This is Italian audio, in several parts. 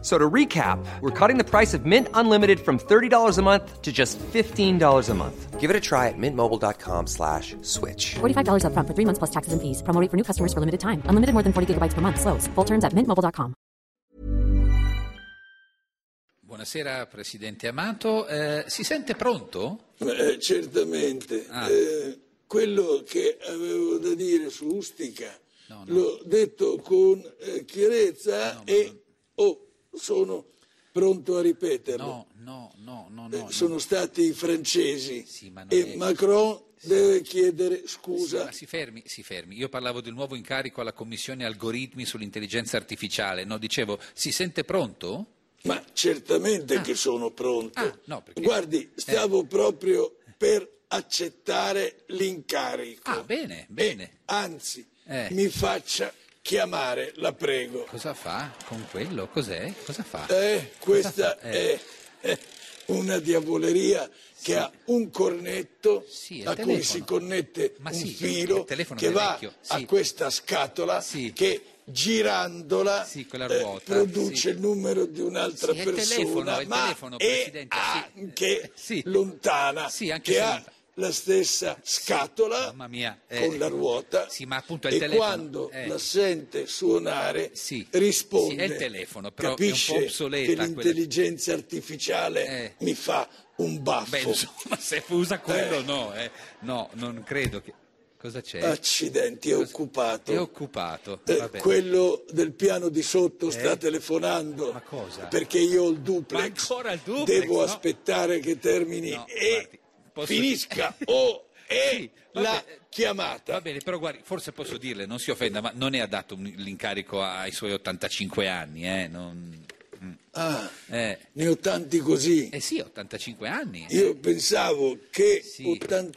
So to recap, we're cutting the price of Mint Unlimited from $30 a month to just $15 a month. Give it a try at mintmobile.com slash switch. $45 upfront for three months plus taxes and fees. Promo rate for new customers for limited time. Unlimited more than 40 gigabytes per month. Slows. Full terms at mintmobile.com. Buonasera Presidente Amato, Eh, si sente pronto? Eh, certamente. Ah. Eh, quello che avevo da dire su Ustica l'ho detto con eh, chiarezza e oh, sono pronto a ripeterlo. No, no, no, no, no. Eh, no. sono stati i francesi Sì, ma non e è- Macron deve chiedere scusa. Ma si fermi, si fermi. Io parlavo del nuovo incarico alla Commissione Algoritmi sull'intelligenza artificiale. No, dicevo, si sente pronto? Ma certamente che sono pronto. Ah, no, perché- Eh. Guardi, stavo proprio per accettare l'incarico. Ah, bene, E, bene. anzi, Eh. mi faccia chiamare, la prego. Cosa fa con quello? Cos'è? Cosa fa? Eh, questa fa? è eh, una diavoleria che ha un cornetto Sì, è a il cui telefono. si connette Ma un sì, il filo telefono che è va vecchio, sì. a questa scatola Sì. che girandola Sì, quella eh, ruota, produce sì. il numero di un'altra Sì, è il persona telefono, è il ma telefono, è Presidente, sì. Eh, anche sì. lontana Sì, anche che se ha lontana. la stessa scatola mamma mia, eh, con la ruota sì, ma appunto è il e telefono, quando eh. la sente suonare Sì, risponde sì, è il telefono, però è un po' capisce obsoleta che quella- l'intelligenza artificiale Eh. mi fa un baffo Beh, insomma, se usa quello no, eh. No, non credo che... Cosa c'è? accidenti è occupato Eh. È occupato. Eh, Vabbè. quello del piano di sotto sta telefonando Ma cosa? perché io ho il duplex, Ma ancora il duplex, devo no? aspettare che termini No, e guardi, posso- finisca o è Sì, vabbè, la eh, chiamata Va bene, però guardi, forse posso dirle, non si offenda, ma non è adatto un- l'incarico ai suoi 85 anni, eh? non- mm. Ah, Eh, ne ho tanti così eh sì, 85 anni. Io pensavo che Sì.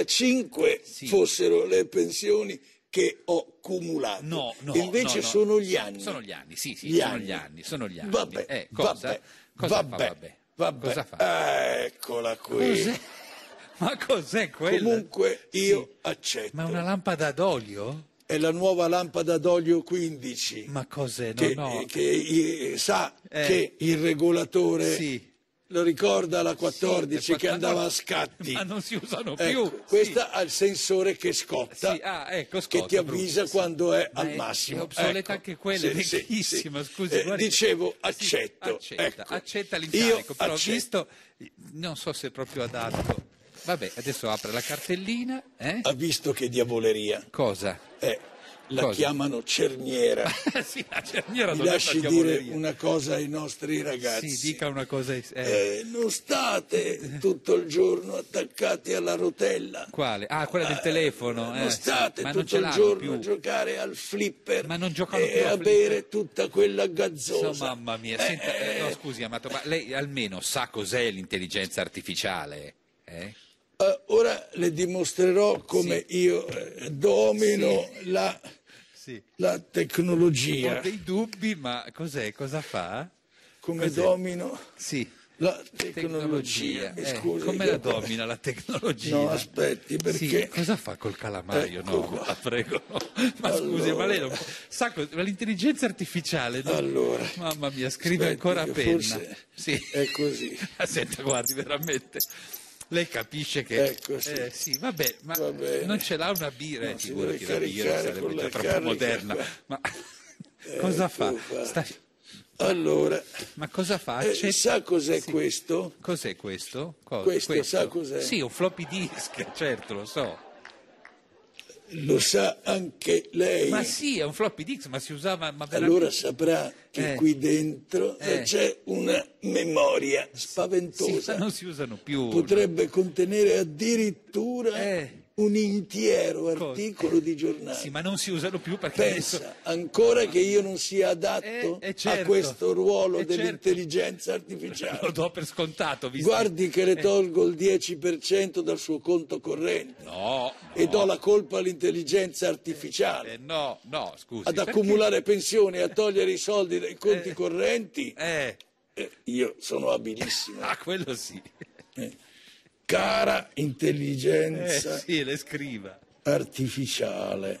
85 Sì. fossero le pensioni che ho cumulato. No, no, Invece no, no. sono gli anni. Sono gli anni, sì, sì, Gli sono anni. gli anni, sono gli anni. Vabbè, Eh, cosa? vabbè, Cosa fa, vabbè, vabbè? vabbè. Cosa fa? Ah, eccola qui. Cos'è? Ma cos'è quello? Comunque io accetto. Ma una lampada d'olio? È la nuova lampada d'olio 15 Ma cos'è? No, che, no. eh, che, eh, sa Eh. che il regolatore... Sì. Lo ricorda la 14 Sì, che ma- andava a scatti. Ma non si usano Ecco, più. questa ha il sensore che scotta, Sì, ah, ecco, che ti scotta, brutto, avvisa sì. quando è Ma al è- massimo. Ecco. è obsoleta anche quella, è vecchissima, scusi, guardi. Eh, dicevo, Sì, accetto. accetta, ecco. accetta Io l'incarico, però accetto. visto, non so se è proprio adatto. Vabbè, adesso apre la cartellina, eh? Ha visto che diavoleria. Cosa? Eh, la Cosa? chiamano cerniera. sì, la cerniera Mi non è lasci una dire diavoleria. una cosa ai nostri ragazzi. Sì, dica una cosa. eh, Eh, non state tutto il giorno attaccati alla rotella. Quale? Ah, quella del telefono. eh. non state ma non tutto ce il l'hanno giorno più. a giocare al flipper Ma non giocano e più a al bere tutta quella gazzosa. No, mamma mia, senta, eh, no, scusi Amato, ma lei almeno sa cos'è l'intelligenza artificiale? Eh? Eh, ora le dimostrerò come io eh, domino la, Sì. la Ho tecnologia, dei dubbi, ma cos'è? Cosa fa? come domino Sì. la tecnologia. Mi eh, scusi, come la io- domina la tecnologia? No, aspetti, Sì, perché cosa fa col calamaio? Ecco no, qua. la prego. no. Ma scusi, ma lei non può- sa cos- ma l'intelligenza artificiale? no? Allora. Mamma mia, scrive Aspetti ancora a che penna. forse Sì. è così. Ma Senta, guardi, veramente. Lei capisce che... Ecco, sì. Eh, sì, vabbè, ma Va bene. non ce l'ha una birra, eh, si figurati deve la birra, caricare sarebbe con già la troppo carica moderna. qua. Ma cosa fa? tu guarda. Sta- allora, Ma cosa fa? eh, Accetta- sa cos'è questo? Cos'è questo? Co- Questo, sa cos'è? Sì, un floppy disk, certo, lo so. lo sa anche lei. Ma sì, è un floppy disk, ma si usava... Ma veramente- Eh. Allora saprà che Eh. qui dentro eh, Eh. c'è una memoria Sì, ma spaventosa. non si usano più. Potrebbe contenere addirittura Eh. un intero articolo di giornale. Sì, ma non si usano più perché adesso... Pensa ancora che io non sia adatto Eh, eh, certo. a questo ruolo Eh, certo. dell'intelligenza Lo artificiale. do per scontato, visto... Eh, Guardi che le tolgo il 10% dal suo conto corrente No, e no, do la colpa all'intelligenza artificiale. eh, no, no, scusi. Ad perché- accumulare pensioni, a togliere i soldi dai conti correnti, Eh, eh, io sono abilissimo. ah, quello sì. Cara Eh, intelligenza sì, le scriva. artificiale.